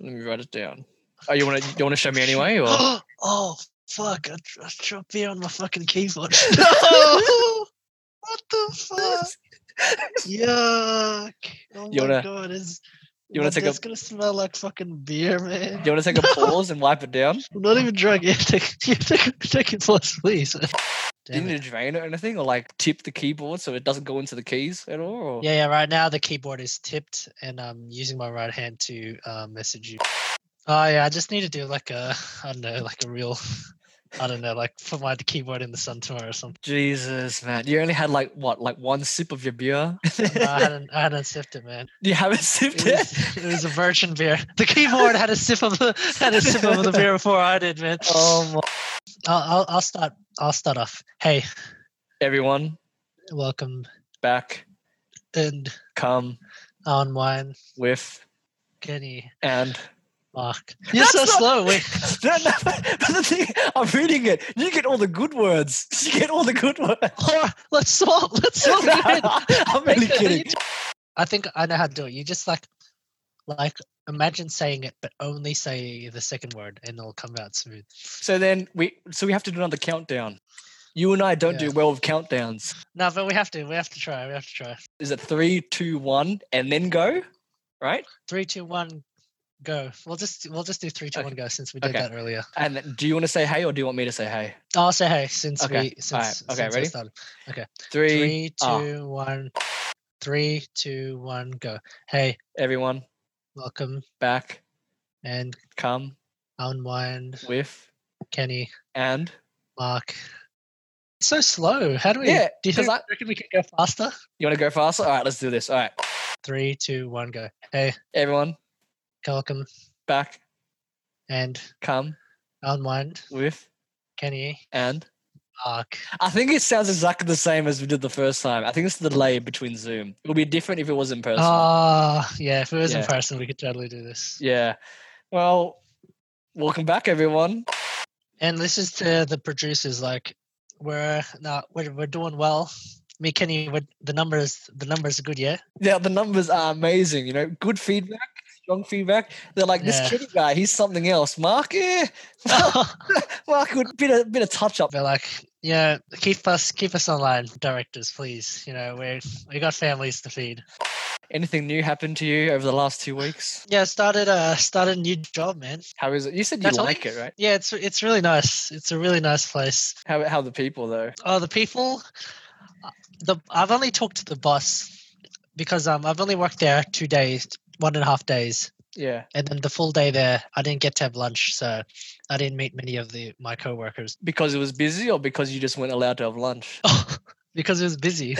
Let me write it down. Oh, you want to? You want to show me anyway? Or oh fuck! I, I dropped beer on my fucking keyboard. no! what the fuck? Yuck! Oh You my wanna- god! Is you wanna my take a- desk gonna smell like fucking beer, man? you want to take a pause and wipe it down? I'm not even drunk. Yeah, take, yeah, take, take it plus, please. Do you Damn need it. to drain it or anything, or like tip the keyboard so it doesn't go into the keys at all? Or? Yeah, yeah. Right now the keyboard is tipped, and I'm using my right hand to uh, message you. Oh yeah, I just need to do like a, I don't know, like a real, I don't know, like put my keyboard in the sun tomorrow or something. Jesus, man, you only had like what, like one sip of your beer? No, I hadn't, I hadn't sipped it, man. you haven't sipped It it. was, it was a virgin beer. The keyboard had a sip of the had a sip of the beer before I did, man. Oh my! Um, I'll, I'll, I'll start. I'll start off. Hey, Everyone, welcome back, and come on wine, with Kenny, and. Mark. You're so That's not- slow. Wait. No, no, but the thing, I'm reading it. You get all the good words. You get all the good words. All right, let's swap. Let's swap. No, it in. I'm really Okay, kidding. you ju- I think I know how to do it. You just like, like imagine saying it, but only say the second word, and it'll come out smooth. So then we, so we have to do another countdown. You and I don't Yeah. do well with countdowns. No, but we have to. We have to try. We have to try. Is it three, two, one, and then go? Right? Three, two, one, go. We'll just we'll just do three, two, Okay. one, go since we did Okay. that earlier. And then- do you want to say hey or do you want me to say hey? I'll say hey since Okay, we since, okay, since we ready? started. Three, Three, ah. two, one. Three, two, one, go. Hey, everyone, welcome back, and come unwind, with Kenny, and Mark. It's so slow. How do we? Yeah, do you because think, I- reckon we can go faster? you want to go faster? All right, let's do this. All right, Three, two, one, go. Hey, everyone, welcome back, and come unwind, with Kenny, and. Mark. I think it sounds exactly the same as we did the first time. I think it's the delay between Zoom. It would be different if it was in person. Ah, yeah. If it was in Yeah. person, we could totally do this. yeah. Well, welcome back, everyone. And this is to the producers. Like, we're not. We're, we're doing well. Me, Kenny. We're, the numbers. The numbers are good. Yeah. Yeah, the numbers are amazing. You know, good feedback, strong feedback. They're like this Yeah. kitty guy. He's something else. Mark, yeah, Mark would bit a bit of touch up. They're like, yeah, keep us keep us online, directors, please. You know, we we got families to feed. Anything new happened to you over the last two weeks? Yeah, started uh started a new job, man. How is it? You said you That's all- like it, right? Yeah, it's it's really nice. It's a really nice place. How how are the people though? Oh, the people. uh, The I've only talked to the boss because um I've only worked there two days, one and a half days, Yeah, and then the full day there I didn't get to have lunch, so I didn't meet many of the my coworkers because it was busy, or because you just weren't allowed to have lunch. because it was busy.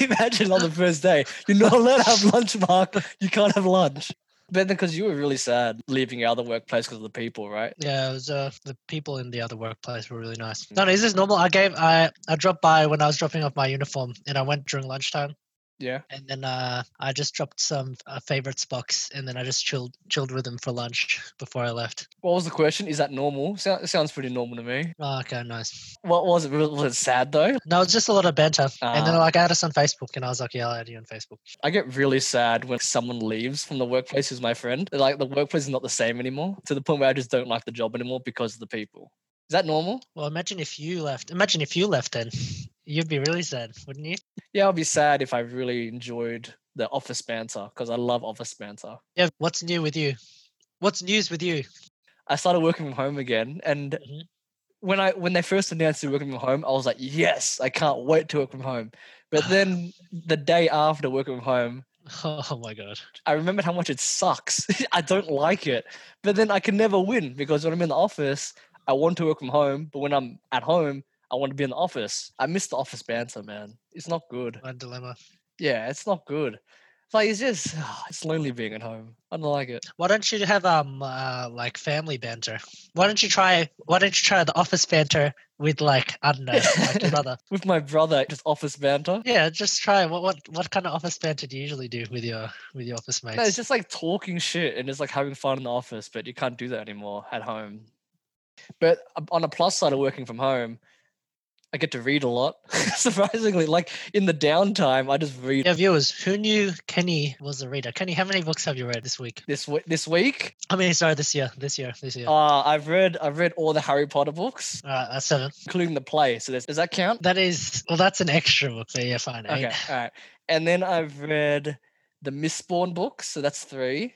Imagine on the first day, you're not allowed to have lunch, Mark. You can't have lunch. But then, because you were really sad leaving your other workplace because of the people, right? Yeah, it was uh, the people in the other workplace were really nice. No, no, is this normal? I gave I I dropped by when I was dropping off my uniform, and I went during lunchtime, Yeah. and then uh, I just dropped some uh, favorites box, and then I just chilled chilled with them for lunch before I left. What was the question? Is that normal? So- it sounds pretty normal to me. Oh, okay, nice. What was it? Was it sad though? No, it's just a lot of banter, and then Ah. like I had us on Facebook, and I was like, yeah, I'll add you on Facebook. I get really sad when someone leaves from the workplace who's my friend. Like the workplace is not the same anymore to the point where I just don't like the job anymore because of the people. Is that normal? Well, imagine if you left. Imagine if you left, then you'd be really sad, wouldn't you? Yeah, I'll be sad if I really enjoyed the office banter because I love office banter. Yeah. What's new with you? What's news with you? I started working from home again, and Mhm. when I when they first announced it working from home, I was like, yes, I can't wait to work from home. But then the day after working from home, Oh my god. I remembered how much it sucks. I don't like it. But then I can never win because when I'm in the office, I want to work from home. But when I'm at home, I want to be in the office. I miss the office banter, man. It's not good. What a dilemma. Yeah, it's not good. It's Like it's just it's lonely being at home. I don't like it. Why don't you have um uh, like family banter? Why don't you try Why don't you try the office banter with like I don't know like your brother? With my brother, just office banter. Yeah, just try. What what what kind of office banter do you usually do with your with your office mates? No, it's just like talking shit and it's like having fun in the office, but you can't do that anymore at home. But uh, on a plus side of working from home, I get to read a lot. Surprisingly, like in the downtime, I just read Yeah, viewers, who knew Kenny was a reader? Kenny, how many books have you read this week? this w- this week. I mean, sorry, this year, this year, this year. Uh, I've read I've read all the Harry Potter books, All right, that's seven. including the play. So there's, does that count? That is, well, that's an extra book. There, yeah, fine. Eight. Okay, all right. And then I've read the Mistborn books, so that's three.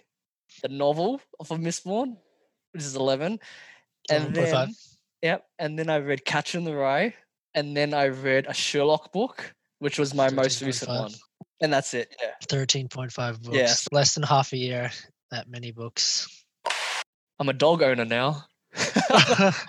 The novel of Mistborn, which is eleven, and 11.5. then Yep. And then I read Catch in the Rye. And then I read a Sherlock book, which was my most recent 13.5. one. And that's it. Yeah. 13.5 books. Yeah. Less than half a year, that many books. I'm a dog owner now. that's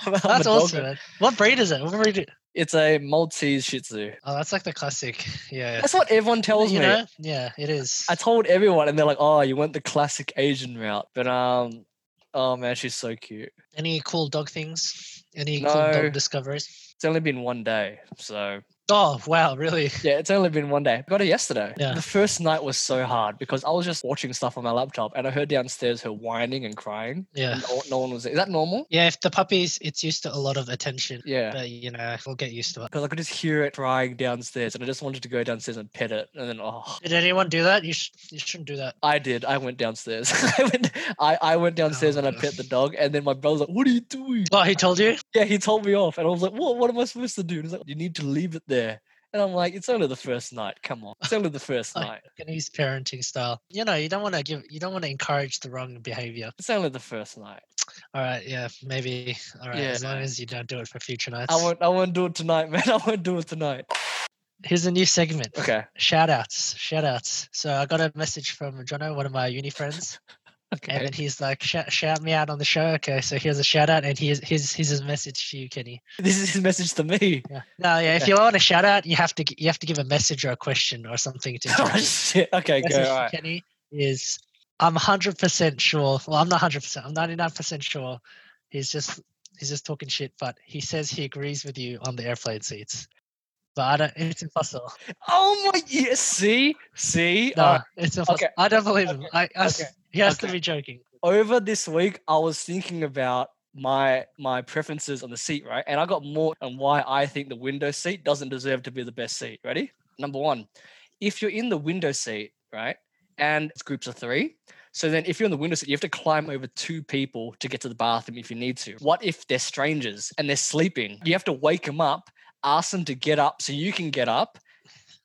I'm a dog awesome. owner. Man. What breed is it? What breed? i- It's a Maltese Shih Tzu. Oh, that's like the classic. Yeah. That's what everyone tells you me. know? Yeah, it is. I told everyone, and they're like, "Oh, you went the classic Asian route." But um, oh man, she's so cute. Any cool dog things? Any cool No. dog discoveries? It's only been one day, so Oh, wow, really? Yeah, it's only been one day. Got it yesterday. Yeah. The first night was so hard because I was just watching stuff on my laptop and I heard downstairs her whining and crying. Yeah. And no, no one was there. Is that normal? Yeah, if the puppies, it's used to a lot of attention, Yeah. but you know, we'll get used to it. Because I could just hear it crying downstairs and I just wanted to go downstairs and pet it. And then, oh, Did anyone do that? You, sh- you shouldn't do that. I did. I went downstairs. I went I, I went downstairs and I Oh. pet the dog. And then my brother's like, What are you doing? Oh, he told you? Yeah, he told me off. And I was like, What, what am I supposed to do? And he's like, You need to leave it there. And I'm like, It's only the first night. Come on. It's only the first Oh. night. Japanese parenting style. You know, you don't want to give, you don't want to encourage the wrong behavior. It's only the first night. All right, yeah, maybe. All right, Yeah, as long no. as you don't do it for future nights. I won't I won't do it tonight, man. I won't do it tonight. Here's a new segment. Okay. Shout outs, shout outs. So I got a message from Jono, one of my uni friends, and Okay. then he's like, shout, shout me out on the show. Okay, so here's a shout out, and here's, here's, here's his message to you, Kenny. This is his message to me. Yeah. No, yeah. If Okay. you want a shout out, you have to g- you have to give a message or a question or something to. oh, Kenny. shit. Okay, Message go. to All right. Kenny is I'm 100 percent sure. Well, I'm not 100. percent I'm 99 percent sure. He's just he's just talking shit, but he says he agrees with you on the airplane seats. But I don't. It's impossible. Oh my yeah, see? See? No, Uh, it's impossible. okay, I don't believe him. okay, I, I s- okay, He has to okay. be joking. over this week I was thinking about my my preferences on the seat, right? And I got more on why I think the window seat doesn't deserve to be the best seat. Ready? Number one, if you're in the window seat, right, and it's groups of three. So then if you're in the window seat, you have to climb over two people to get to the bathroom if you need to. What if they're strangers and they're sleeping? You have to wake them up, ask them to get up so you can get up.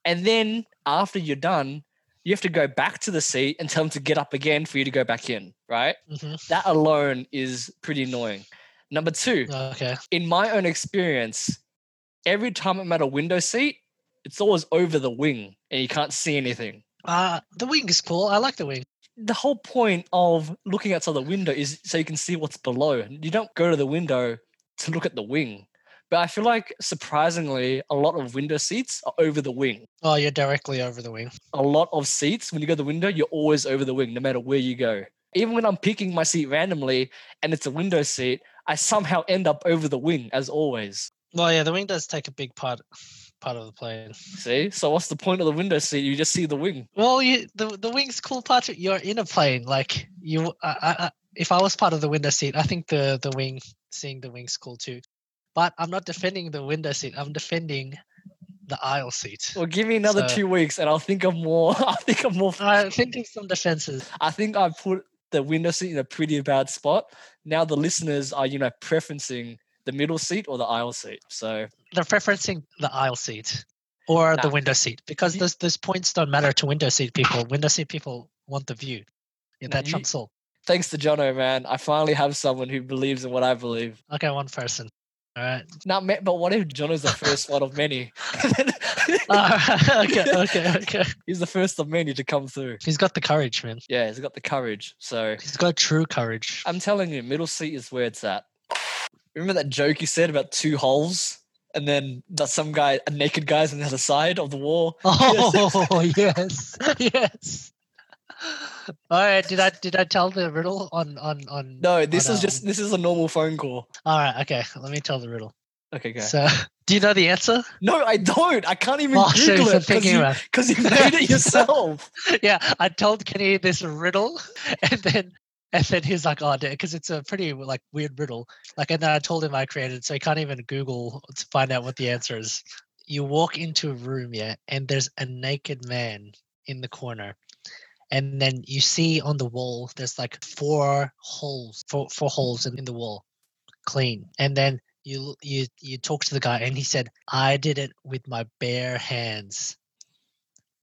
And then after you're done, you have to go back to the seat and tell them to get up again for you to go back in, right? hmm that alone is pretty annoying. Number two, Okay. in my own experience, every time I'm at a window seat, it's always over the wing and you can't see anything. Uh, the wing is cool. I like the wing. The whole point of looking outside the window is so you can see what's below. You don't go to the window to look at the wing. But I feel like surprisingly, a lot of window seats are over the wing. Oh, you're directly over the wing. a lot of seats when you go to the window you're always over the wing no matter where you go even when i'm picking my seat randomly and it's a window seat i somehow end up over the wing as always Well, yeah, the wing does take a big part part of the plane. see so what's the point of the window seat you just see the wing Well, you the the wings cool part. of- You're in a plane, like you. I, I, I- if I was part of the window seat, I think the the wing seeing the wings cool too. But I'm not defending the window seat. I'm defending the aisle seat. well give me another So- two weeks and i'll think of more i think of more I think of some defenses. i think i put the window seat in a pretty bad spot now the listeners are you know preferencing the middle seat or the aisle seat so They're preferencing the aisle seat or the Nah. window seat because You- those those points don't matter to window seat people. Window seat people want the view. Yeah, Nah, that you- trumps all. thanks to jono man i finally have someone who believes in what i believe Okay, one person. All right. Not ma- but what if John is the first one of many? Ah, okay. Okay. Okay. he's the first of many to come through. He's got the courage, man. Yeah, he's got the courage. So He's got true courage. I'm telling you, middle seat is where it's at. Remember that joke you said about two holes and then that some guy, a naked guy's on the other side of the wall? Oh yes, yes. All right. Did I did I tell the riddle on on on? No, this on, is just um, this is a normal phone call. All right. Okay. Let me tell the riddle. Okay, go. So, do you know the answer? no, I don't. I can't even Oh, so Google you've been it because thinking you, about. it. 'cause you made it yourself. Yeah, I told Kenny this riddle, and then And then he's like, "Oh, because it's a pretty like weird riddle." Like, and then I told him I created, it, so he can't even Google to find out what the answer is. You walk into a room, yeah, and there's a naked man in the corner, and then you see on the wall there's like four holes, four, four holes in, in the wall, clean. And then you you you talk to the guy, and he said, "I did it with my bare hands."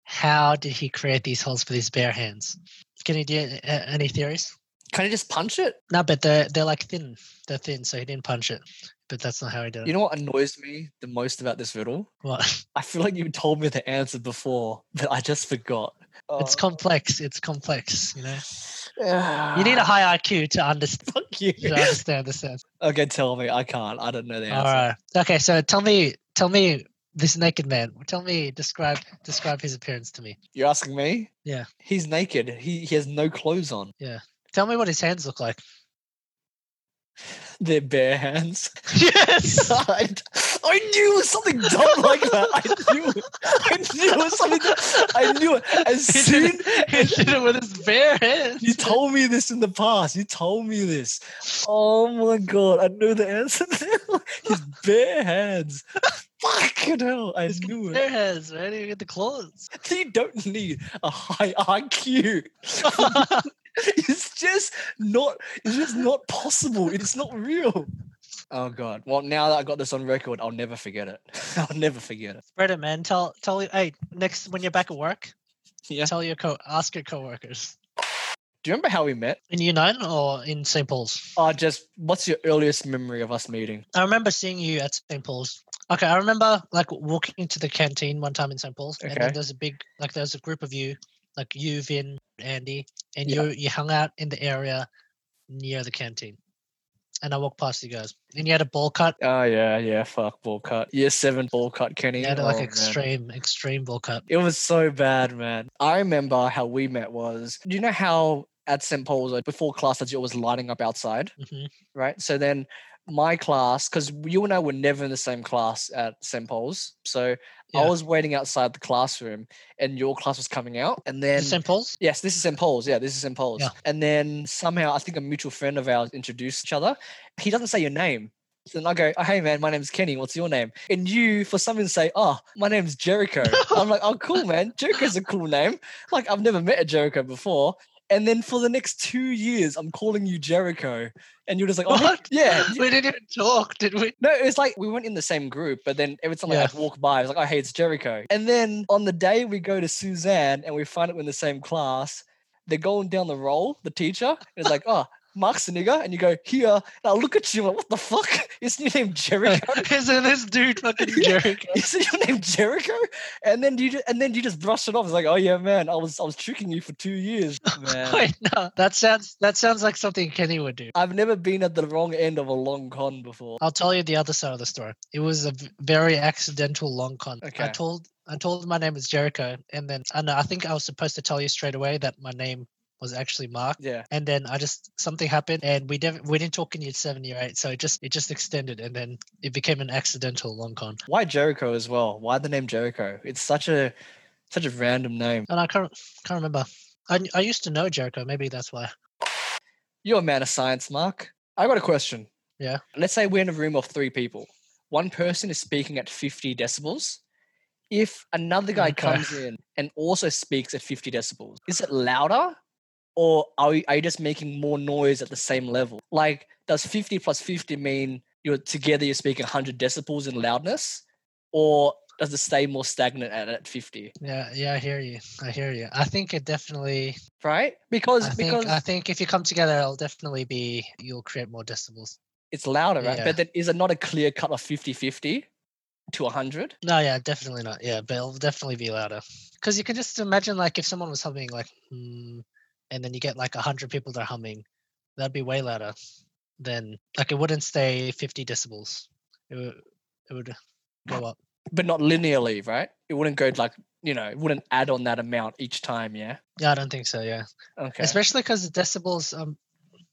How did he create these holes for these bare hands? Can you do a- a- any theories? Can you just punch it? No, but they're they're like thin. They're thin, so he didn't punch it. But that's not how he did it. You know what annoys me the most about this riddle? what? I feel like you told me the answer before, but I just forgot. It's Oh, complex. It's complex. You know, you need a ah, high IQ to understand. fuck you. To understand this. Sense. Okay, tell me. I can't. I don't know the answer. All right. Okay. So tell me, tell me this naked man. Tell me, describe describe his appearance to me. You're asking me? Yeah. He's naked. He he has no clothes on. Tell me what his hands look like. They're bare hands. yes. I, I knew it was something dumb like that. I knew it. I knew it was something. I knew it. As He soon did He did it with his bare hands. you told me this in the past, you told me this. Oh my god, I know the answer now. His bare hands. Fucking hell, I He's got knew it. Bare hands, man. You get the claws. You don't need a high IQ. it's just not it's just not possible. It's not real. Oh god. Well now that I got this on record, I'll never forget it. I'll never forget it. Spread it, man. Tell tell you. Hey, next when you're back at work, Yeah. tell your co ask your coworkers Do you remember how we met? in United or in St. Paul's. Uh just what's your earliest memory of us meeting? I remember seeing you at St. Paul's. Okay, I remember like walking into the canteen one time in St. Paul's, and Okay. then there's a big like there's a group of you, like you, Vin, Andy, and Yeah. you you hung out in the area near the canteen. And I walked past you guys, and you had a bowl cut. Oh yeah, yeah, fuck ball cut. Year seven ball cut, Kenny. You had oh, like man. extreme, extreme bowl cut. It was so bad, man. I remember how we met was, do you know how at St. Paul's like, before class that's always lining up outside, hmm right? So then my class, because you and I were never in the same class at St. Paul's. So Yeah. I was waiting outside the classroom and your class was coming out. And then St. Paul's. Yes, this is St. Paul's. Yeah, this is St. Paul's. Yeah. And then somehow I think a mutual friend of ours introduced each other. He doesn't say your name. So then I go, oh, hey man, my name's Kenny. What's your name? And you, for some reason, say, oh, my name's Jericho. I'm like, oh, cool, man. Jericho's a cool name. Like, I've never met a Jericho before. And then for the next two years, I'm calling you Jericho. And you're just like, oh, hey- What? yeah. you- we didn't even talk, did we? No, it was like we weren't in the same group, but then every time like, Yeah. I'd walk by, I was like, oh, hey, it's Jericho. And then on the day we go to Suzanne and we find it in the same class, they're going down the roll, the teacher, and it's like, oh, Mark's a nigger. And you go, here. And I look at you, like, what the fuck? Isn't your name Jericho? Isn't this dude fucking Yeah. Jericho? Isn't your name Jericho? And then you just, and then you just brush it off. It's like, oh yeah, man, I was I was tricking you for two years, man. Wait, no, that sounds that sounds like something Kenny would do. I've never been at the wrong end of a long con before. I'll tell you the other side of the story. It was a v- very accidental long con. I Okay. told I told my name was Jericho, and then I know I think I was supposed to tell you straight away that my name was actually Mark. Yeah. And then I just something happened, and we didn't we didn't talk in year seven, year eight, so it just it just extended, and then it became an accidental long con. Why Jericho as well? Why the name Jericho? It's such a such a random name. And I can't can't remember. I, kn- I used to know Jericho. Maybe that's why. You're a man of science, Mark. I got a question. Yeah. Let's say we're in a room of three people. One person is speaking at 50 decibels. If another guy Okay. comes in and also speaks at 50 decibels, is it louder? Or are you, are you just making more noise at the same level? Like, does 50 plus 50 mean you're together you're speaking 100 decibels in loudness? Or does it stay more stagnant at, at 50? Yeah, yeah, I hear you. I hear you. I think it definitely. right? I Because think uh, because I think if you come together, it'll definitely be you'll create more decibels. it's louder, right? yeah. But then is it not a clear cut of 50-50 to 100? No, yeah, definitely not. Yeah, but it'll definitely be louder because you can just imagine like if someone was humming like, hmm, and then you get like hundred people that are humming, that'd be way louder. Then like it wouldn't stay fifty decibels. It would it would go up. But not linearly, right? It wouldn't go like, you know, it wouldn't add on that amount each time, yeah? Yeah, I don't think so. Yeah, Okay. especially because the decibels. Um,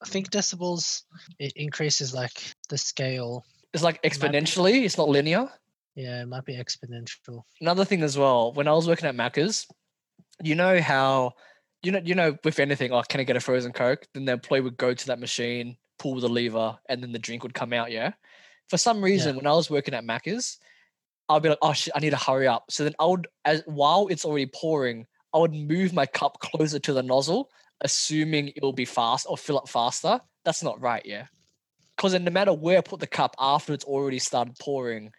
I think decibels it increases like the scale. It's like might be- exponentially, it's not linear. Yeah, it might be exponential. Another thing as well, when I was working at Macca's, you know how you know, you know, with anything, like, can I get a frozen coke? Then the employee would go to that machine, pull the lever, and then the drink would come out. Yeah. For some reason, when I was working at Macca's, I'd be like, oh shit, I need to hurry up. So then I would, as while it's already pouring, I would move my cup closer to the nozzle, assuming it'll be fast or fill up faster. That's not right, yeah. Because then no matter where I put the cup after it's already started pouring,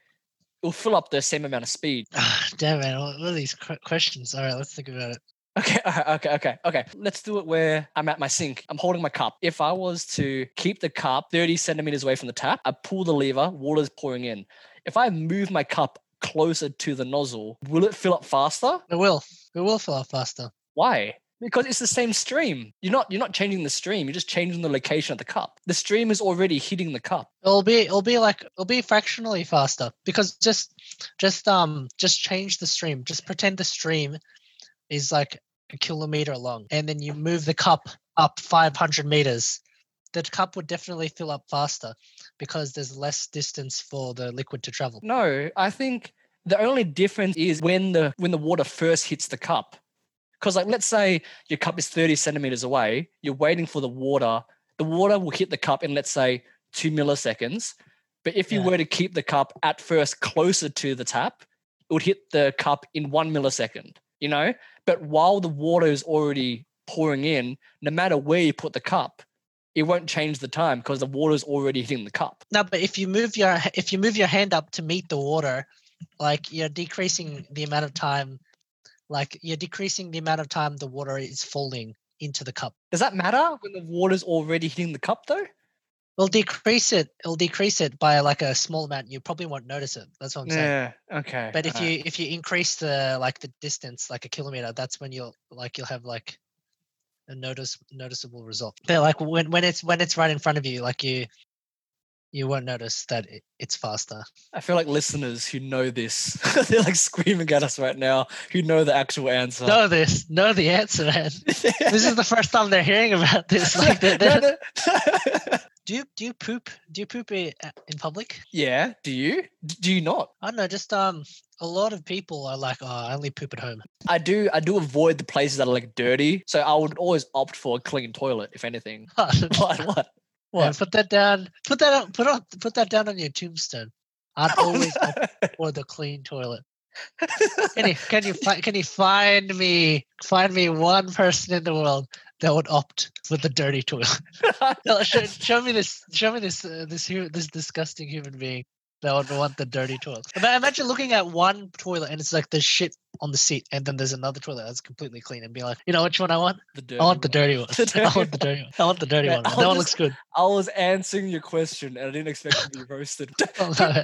it'll fill up the same amount of speed. Ah, damn it! What what are these que- questions? All right, let's think about it. Okay, all right, okay, okay, okay. Let's do it where I'm at my sink. I'm holding my cup. If I was to keep the cup 30 centimeters away from the tap, I pull the lever, water's pouring in. If I move my cup closer to the nozzle, will it fill up faster? It will. It will fill up faster. Why? Because it's the same stream. You're not you're not changing the stream, you're just changing the location of the cup. The stream is already hitting the cup. It'll be it'll be like it'll be fractionally faster because just just um just change the stream. Just pretend the stream is like a kilometer long, and then you move the cup up 500 meters. The cup would definitely fill up faster because there's less distance for the liquid to travel. No, I think the only difference is when the when the water first hits the cup. Because like let's say your cup is 30 centimeters away, you're waiting for the water. The water will hit the cup in let's say two milliseconds. But if you Yeah. were to keep the cup at first closer to the tap, it would hit the cup in one millisecond, you know? But while the water is already pouring in, no matter where you put the cup, it won't change the time because the water's already hitting the cup. No, but if you move your h- if you move your hand up to meet the water, like you're decreasing the amount of time, like you're decreasing the amount of time the water is falling into the cup. Does that matter when the water's already hitting the cup though? It'll decrease it. It'll decrease it by like a small amount. You probably won't notice it. That's what I'm saying. Okay. But if alright. you if you increase the like the distance, like a kilometer, that's when you'll like you'll have like a notice noticeable result. But like when when it's when it's right in front of you, like you you won't notice that it, it's faster. I feel like listeners who know this, they're like screaming at us right now, who know the actual answer. Know this, know the answer, man. this is the first time they're hearing about this. Like, they No, they no. do you do you poop? Do you poop i- uh, in public? yeah, do you? D- Do you not? I don't know. Just um, a lot of people are like, oh, I only poop at home. I do I do avoid the places that are like dirty. So I would always opt for a clean toilet, if anything. What what? Yeah, put that down. Put that on. Put on. Put that down on your tombstone. I'd Oh, always opt for the clean toilet. Can you can you fi- can you find me find me one person in the world that would opt for the dirty toilet? No, show, show me this. Show me this. Uh, this hu- this disgusting human being that would want the dirty toilet. Ima- Imagine looking at one toilet and it's like there's shit on the seat, and then there's another toilet that's completely clean, and be like, you know which one I want? The I want the dirty one. dirty one. The I dirty want the dirty one. I want the dirty Yeah, one. man. I'll That one just- looks good. I was answering your question and I didn't expect to be roasted. Oh, no.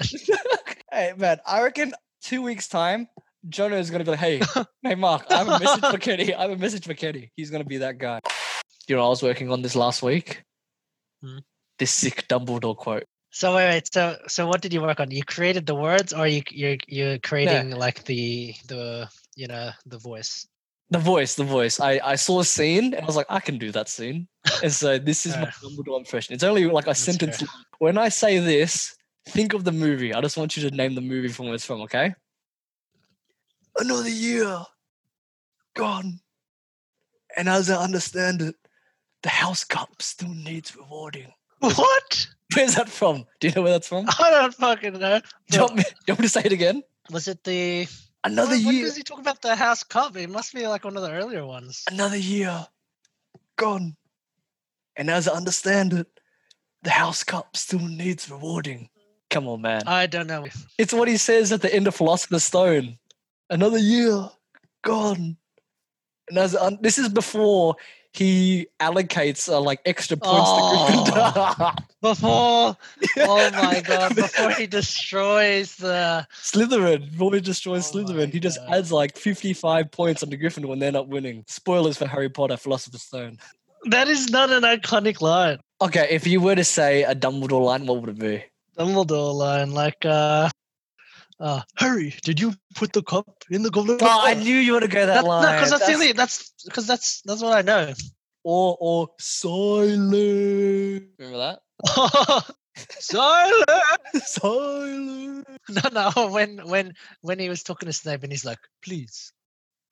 hey man, I reckon two weeks time, Jonah is gonna be like, hey, hey Mark, I have a message for Kenny. I have a message for Kenny. He's gonna be that guy. You know, what I was working on this last week. Hmm. This sick Dumbledore quote. So wait, wait. So so what did you work on? You created the words, or you you you're creating like the the you know the voice. The voice, the voice. I, I saw a scene and I was like, I can do that scene. And so this is my Uh. Dumbledore impression. It's only like a That's sentence. fair. long. When I say this, think of the movie. I just want you to name the movie from where it's from, okay? Another year gone. And as I understand it, the house cup still needs rewarding. What? Where's that from? Do you know where that's from? I don't fucking know. Do you want me, do you want me to say it again? Was it the Another when, when year. does he talk about the house cup? It must be like one of the earlier ones. another year gone. And as I understand it, the house cup still needs rewarding. Come on, man. I don't know. It's what he says at the end of Philosopher's Stone. Another year gone. And as I un- this is before he allocates uh, like extra points Oh. to Gryffindor. Before oh my god, before he destroys the Slytherin. Roy destroys Oh my Slytherin. He just God. adds like 55 points on the Gryffindor when they're not winning. Spoilers for Harry Potter, Philosopher's Stone. that is not an iconic line. Okay, if you were to say a Dumbledore line, what would it be? Dumbledore line like uh uh Harry, did you put the cup in the goblet? of Oh, I fire?" knew you were to go that That- no, line. because that's, That's- silly. That's because that's that's what I know. Or or oh, silent. Remember that? Silence. silent. No, no. When when when he was talking to Snape and he's like, please,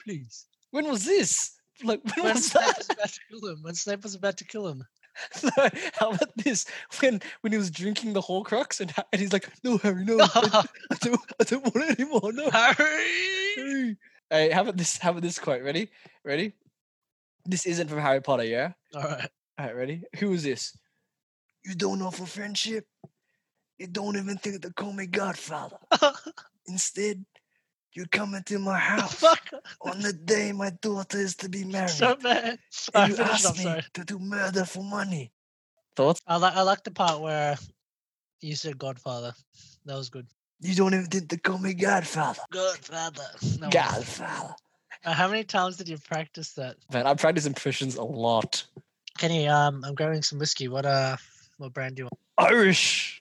please. When was this? Like when, When was Snape that? was about to kill him. When Snape was about to kill him. No, how about this? When when he was drinking the Horcrux and, and he's like, "No, Harry, no, I, I don't, I don't want it anymore. No, Harry. Harry." Hey, how about this? How about this quote? Ready? Ready? This isn't from Harry Potter, yeah. All right. All right, ready? Who is this? You don't offer friendship. You don't even think to call me Godfather. Instead, you come into my house Fuck. on the day my daughter is to be married. So bad. and I you finished. I'm ask me sorry. to do murder for money. Thoughts? I like. I like the part where you said Godfather. That was good. You don't even think to call me Godfather. Godfather. That was- Godfather. Uh, How many times did you practice that? Man, I practice impressions a lot. Kenny, um, I'm grabbing some whiskey. What uh, what brand do you want? Irish.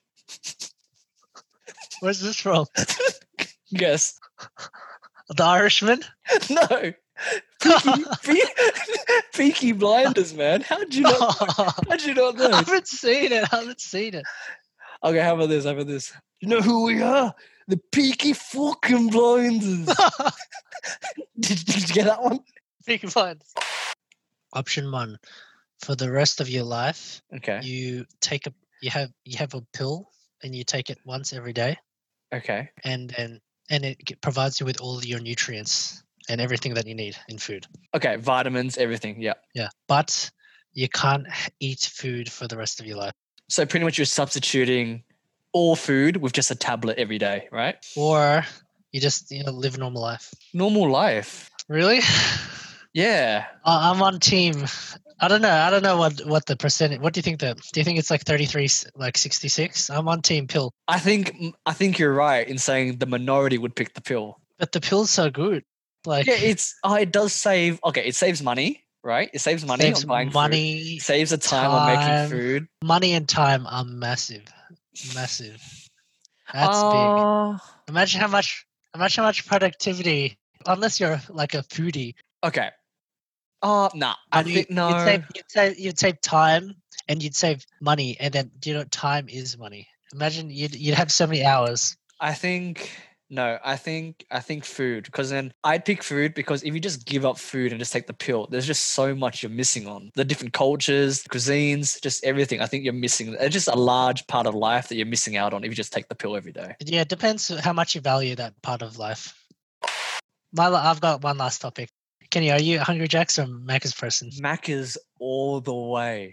Where's this from? Yes. The Irishman. No. Peaky, Pe- Peaky Blinders, man. How'd you not? I How'd you not know? haven't seen it. I haven't seen it. Okay, how about this? How about this? You know who we are? The Peaky fucking Blinders. did, did you get that one? Peaky Blinders. Option one: for the rest of your life, Okay. you take a you have you have a pill and you take it once every day, Okay. and then and it g- provides you with all your nutrients and everything that you need in food. Okay. Vitamins, everything. Yeah. Yeah, but you can't h- eat food for the rest of your life. So pretty much you're substituting all food with just a tablet every day, right? or you just you know live a normal life. Normal life. Really? Yeah. I- Uh, I'm on team. I don't know. I don't know what what the percentage. What do you think? The do you think it's like 33, like 66? I'm on team pill, I think I think you're right in saying the minority would pick the pill. but the pill's so good. Like Yeah, it's oh, it does save. Okay, it saves money, right? It saves money saves on buying food. money, It saves the time, on making time. food. money and time are massive, massive. That's big. Uh, Imagine how much. Imagine how much productivity. Unless you're like a foodie, Okay. Oh, nah. I But you- think no. You'd save, you'd, save, you'd save time and you'd save money, and then do you know time is money. Imagine you'd you'd have so many hours. I think no. I think I think food because then I'd pick food because if you just give up food and just take the pill, there's just so much you're missing on the different cultures, cuisines, just everything. I think you're missing. It's just a large part of life that you're missing out on if you just take the pill every day. But yeah, it depends how much you value that part of life. My, la- I've got one last topic. Kenny, are you a Hungry Jacks or Macca's person? Macca's all the way,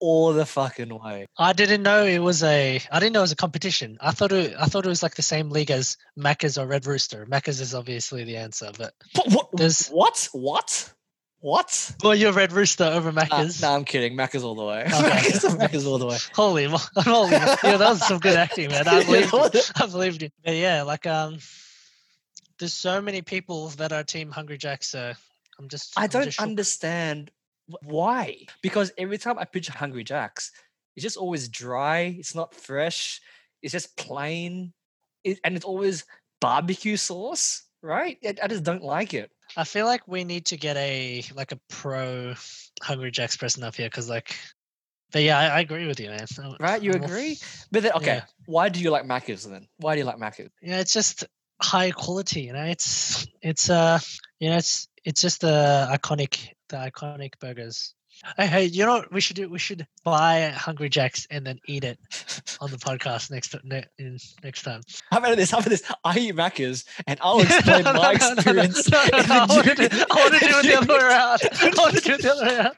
all the fucking way. I didn't know it was a. I didn't know it was a competition. I thought it. I thought it was like the same league as Macca's or Red Rooster. Macca's is obviously the answer, but But what? There's- What? What? What? well, you're Red Rooster over Nah, Macca's. nah, I'm kidding. Macca's all the way. Okay. Macca's, Macca's all the way. Holy, mo- holy, mo- yeah, that was some good acting, man. I Yeah, believed that it. I believed it. But yeah, like um, there's so many people that are Team Hungry Jacks. So I'm just. I I'm don't just shook. understand wh- why. Because every time I picture Hungry Jack's, it's just always dry. It's not fresh. It's just plain, it, and it's always barbecue sauce, right? I, I just don't like it. I feel like we need to get a like a pro Hungry Jacks person up here because like, but yeah, I, I agree with you, man. I'm- Right? You I'm all- agree? But then, okay, Yeah. why do you like Macca's then? Why do you like Macca's? Yeah, it's just high quality. You know, it's it's uh, you know, it's it's just the iconic the iconic burgers. Hey, hey, you know what we should do? We should buy Hungry Jacks and then eat it on the podcast next t- ne- in, next time. How about this? How about this? I eat Macca's, and I'll Oh, explain No, no, my no, no, no, experience. no, no, in no, I the want to do gym. I wanna do it the other way around. I want to do it the other way around.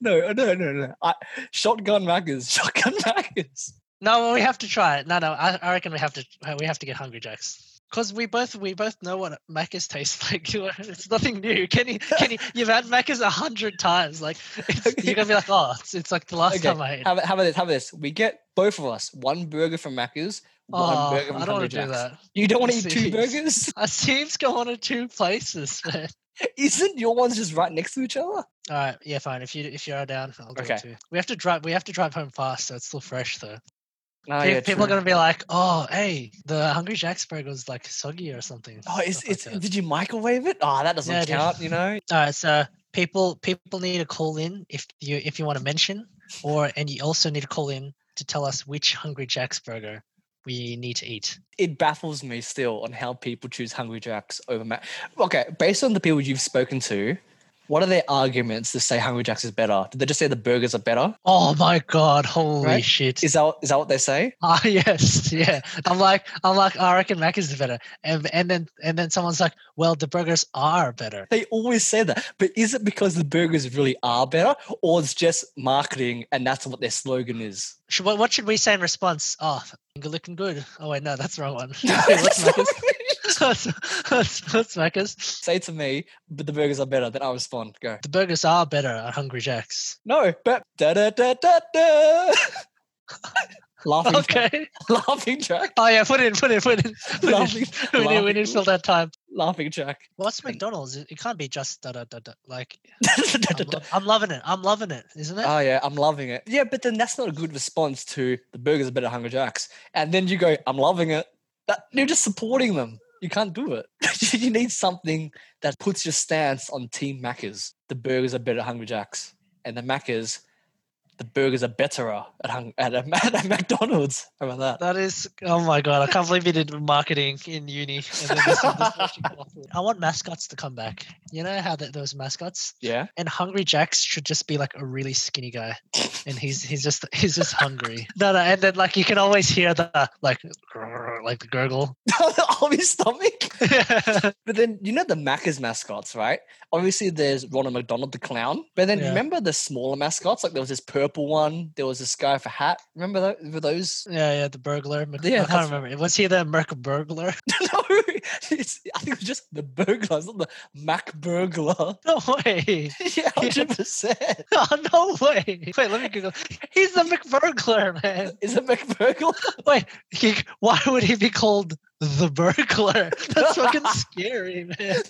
No, no, no, no. I, shotgun Macca's. Shotgun Macca's. No, well, we have to try it. No, no, I, I reckon we have to we have to get Hungry Jacks because we both we both know what Macca's taste like. You know, It's nothing new. Kenny, Kenny, you've had Macca's a hundred times. Like it's, Okay. you're gonna be like, oh, it's, it's like the last Okay, time I ate. How about, how about this? How about this? We get both of us one burger from Macca's, one Oh, burger from I don't Hungry want to do Jack's. that. You don't want to eat two Jeez. burgers? I seems going to two places, man. Isn't your ones just right next to each other? All right, yeah, fine. If you if you are down, I'll do Okay. it too. We have to drive. We have to drive home fast, so it's still fresh though. No, Pe- people are gonna be like, oh, hey, the Hungry Jack's burger was like soggy or something. Oh, it's, stuff like it's, that. did you microwave it? Oh, that doesn't Yeah, dude. count, you know? All right, Uh, so people people need to call in if you if you want to mention, or and you also need to call in to tell us which Hungry Jack's burger we need to eat. It baffles me still on how people choose Hungry Jack's over Mac. Okay, based on the people you've spoken to, What are their arguments to say Hungry Jack's is better? Did they just say the burgers are better? Oh my god! Holy Right? shit! Is that is that what they say? Ah yes, yeah. I'm like, I'm like, "Oh, I reckon Mac is better, and and then and then someone's like, well, the burgers are better. They always say that. But is it because the burgers really are better, or it's just marketing and that's what their slogan is? Should, what, what should we say in response? Oh, finger looking good. Oh wait, no, that's the wrong one. Wait, what's That's Macca's? what I mean. what's, what's, what's Macca's? say to me, but the burgers are better, then I'll respond. Go. The burgers are better at Hungry Jack's. No, but da da da da da Laughing track. Okay. Laughing track. Oh yeah, put in, put in, put in. Put in. Laughing, We need, we laughing, need to fill that time. laughing track. What's McDonald's? It, it can't be just da da da da. Like, Da, da, I'm, da. lo- I'm loving it. I'm loving it, isn't it? Oh yeah, I'm loving it. Yeah, but then that's not a good response to the burgers are better Hunger Jacks. And then you go, I'm loving it. That you're just supporting them. You can't do it. you need something that puts your stance on Team Macca's. The burgers are better at Hungry Jacks. And the Macca's, the burgers are better at, hung- at, a- at a McDonald's. How about that? That is, oh my god! I can't believe you did marketing in uni. And then this, this actually come off with- I want mascots to come back. You know how that those mascots Yeah. and Hungry Jacks should just be like a really skinny guy, and he's he's just he's just hungry. No, no, and then like you can always hear the like grrr, like the gurgle. on his stomach. But then you know the Macca's mascots, right? Obviously, there's Ronald McDonald the clown. But then Yeah. remember the smaller mascots? Like there was this purple one. There was this guy with a hat. Remember that? Were those? yeah, yeah, the burglar. Mc- Yeah, I that's- can't remember. Was he the Merc burglar? no, it's, I think it was just the burglar. It's not the Mac burglar. No way! yeah, hundred percent. Oh, no way! Wait, let me Google. He's the McBurglar, man. Is it Mac burglar? Wait, he- why would he be called the burglar? That's fucking scary, man.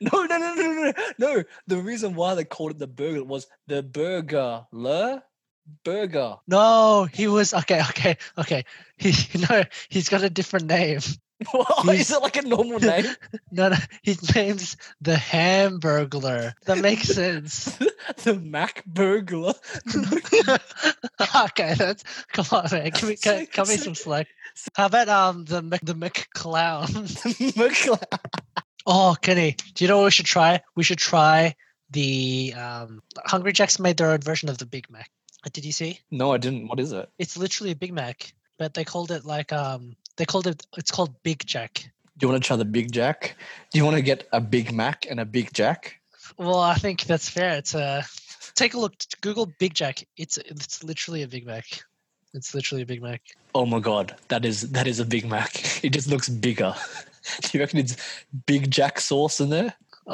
No, no, no, no, no, no. No, The reason why they called it the burglar was the burger, burger. No, he was okay, okay, okay. He no, he's got a different name. What? Is it like a normal name? No, no, his name's the Hamburglar. That makes sense. the Mac burglar. okay, that's come on, man. Give me, So- give, give me so- some slack. How about um the Mc, the McClown? Mac- Oh, Kenny, do you know what we should try? We should try the um, Hungry Jack's made their own version of the Big Mac. Uh, Did you see? No, I didn't. What is it? It's literally a Big Mac, but they called it like um, they called it. It's called Big Jack. Do you want to try the Big Jack? Do you want to get a Big Mac and a Big Jack? Well, I think that's fair. It's uh, take a look. t- Google Big Jack. It's it's literally a Big Mac. It's literally a Big Mac. Oh my God, that is that is a Big Mac. It just looks bigger. Do you reckon it's Big Jack sauce in there?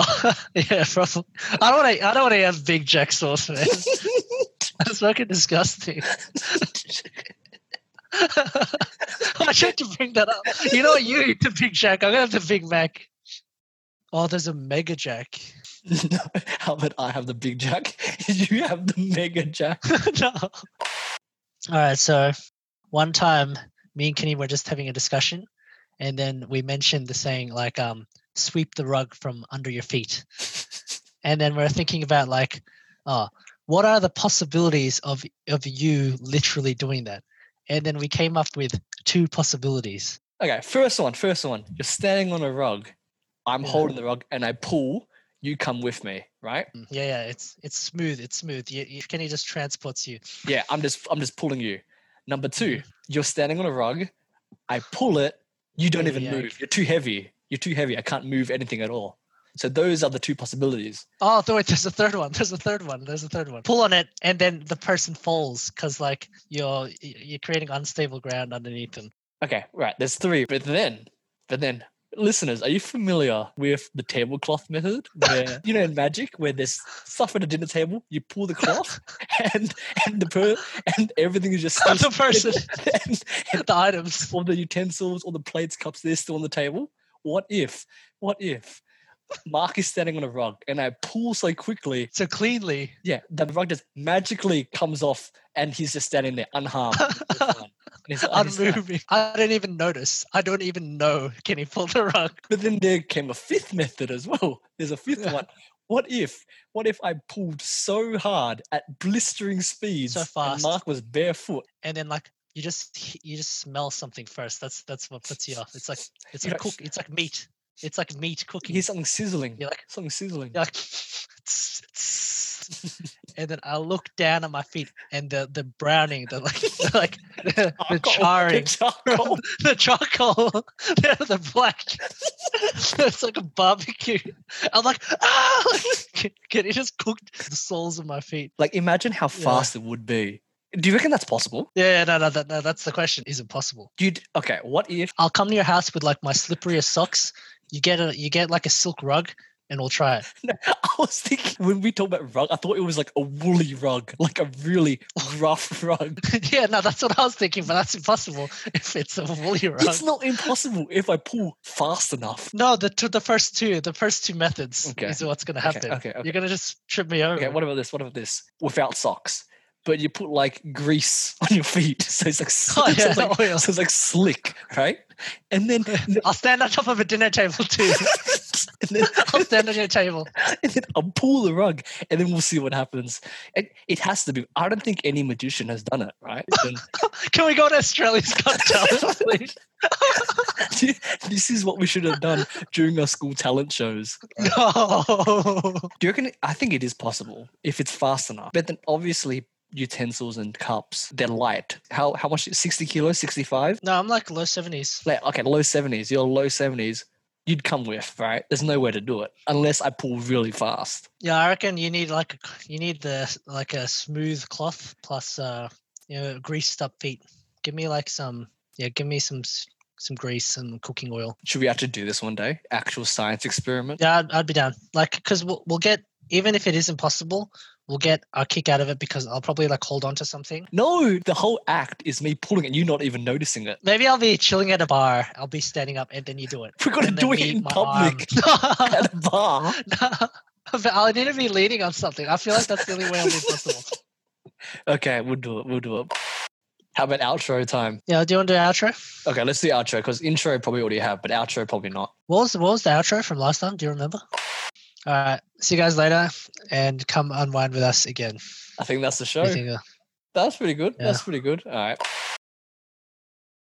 yeah, probably. I don't want to. I don't want to have Big Jack sauce, man. That's fucking disgusting. I tried to bring that up. You know what? You eat the Big Jack. I'm gonna have the Big Mac. Oh, there's a Mega Jack. no, how about I have the Big Jack? You have the Mega Jack. no. All right. So one time, me and Kenny were just having a discussion, and then we mentioned the saying like, um, "Sweep the rug from under your feet," and then we're thinking about like, oh, what are the possibilities of of you literally doing that? And then we came up with two possibilities. Okay, first one, first one. You're standing on a rug. I'm Yeah. holding the rug and I pull. You come with me, right? Mm, Yeah, yeah, it's it's smooth. It's smooth. You, you, Kenny just transports you. Yeah, I'm just I'm just pulling you. Number two, you're standing on a rug. I pull it. You don't Oh, even yuck. move. You're too heavy. You're too heavy. I can't move anything at all. So those are the two possibilities. Oh, th- wait, there's a third one. There's a third one. There's a third one. Pull on it, and then the person falls because like you're y- you're creating unstable ground underneath them. Okay, right. There's three. But then, but then, listeners, are you familiar with the tablecloth method? Where you know in magic, where there's stuff at a dinner table, you pull the cloth, and and the per- and everything is just still the person, and, and the items. all the utensils, all the plates, cups, they're still on the table. What if? What if? Mark is standing on a rug and I pull so quickly, So cleanly. yeah, the rug just magically comes off and he's just standing there unharmed. And he's like, "Oh, he's fine." Unmoving. I don't even notice. I don't even know Kenny pulled the rug. But then there came a fifth method as well. There's a fifth Yeah. one. What if? What if I pulled so hard at blistering speeds and fast. Mark was barefoot? and then like you just h- you just smell something first. That's that's what puts you off. It's like it's You like know- cook. It's like meat. It's like meat cooking. Hear something sizzling. You're like- something sizzling. You're like, tss, tss. and then I look down at my feet, and the the browning, the like, the, like the, the Charcoal, charring, charcoal. the charcoal, the, the black. it's like a barbecue. I'm like, ah! Can- Can he just cook the soles of my feet? Like imagine how Yeah. fast it would be. Do you reckon that's possible? Yeah, no, no, that, no, that's the question. Is it possible? Dude, okay, what if I'll come to your house with like my slipperiest socks. You get a, you get like a silk rug, and we'll try it. I was thinking when we talk about rug, I thought it was like a woolly rug, like a really rough rug. yeah, no, that's what I was thinking, but that's impossible if it's a woolly rug. It's not impossible if I pull fast enough. No, the two, the first two, the first two methods Okay. is what's gonna Okay, happen. okay, okay. You're gonna just trip me over. Okay, what about this? What about this? Without socks, but you put like grease on your feet, so it's like, s- Oh, so yeah, it's, like oil. so it's like slick, right? And then, I'll stand on top of a dinner table too. and then, I'll stand on your table. and then I'll pull the rug, and then we'll see what happens. And it has to be. I don't think any magician has done it, right? Then- Can we go to Australia's Got Talent, please? this is what we should have done during our school talent shows. No. Do you reckon? it- I think it is possible if it's fast enough. But then obviously utensils and cups, they're light. How how much? Sixty kilos, sixty five. No, I'm like low seventies. Like okay, low seventies. You're low seventies. You'd come with right. There's no way to do it unless I pull really fast. Yeah, I reckon you need like a, you need the like a smooth cloth plus uh you know greased up feet. Give me like some yeah, give me some s- some grease and cooking oil. Should we actually do this one day? Actual science experiment. Yeah, I'd, I'd be down. Like, because we'll, we'll get, even if it is impossible, we'll get a kick out of it because I'll probably like hold on to something. No, the whole act is me pulling and you not even noticing it. Maybe I'll be chilling at a bar. I'll be standing up and then you do it. We're gonna And then do it leave in my public arm. at a bar. No, but I'll need to be leaning on something. I feel like that's the only way I'll be possible. Okay, we'll do it. We'll do it. How about outro time? Yeah, do you want to do outro? Okay, let's do outro because intro probably already have, but outro probably not. What was, what was the outro from last time? Do you remember? All right. See you guys later and come unwind with us again. I think that's the show. We think, uh, That's pretty good. Yeah. That's pretty good. All right.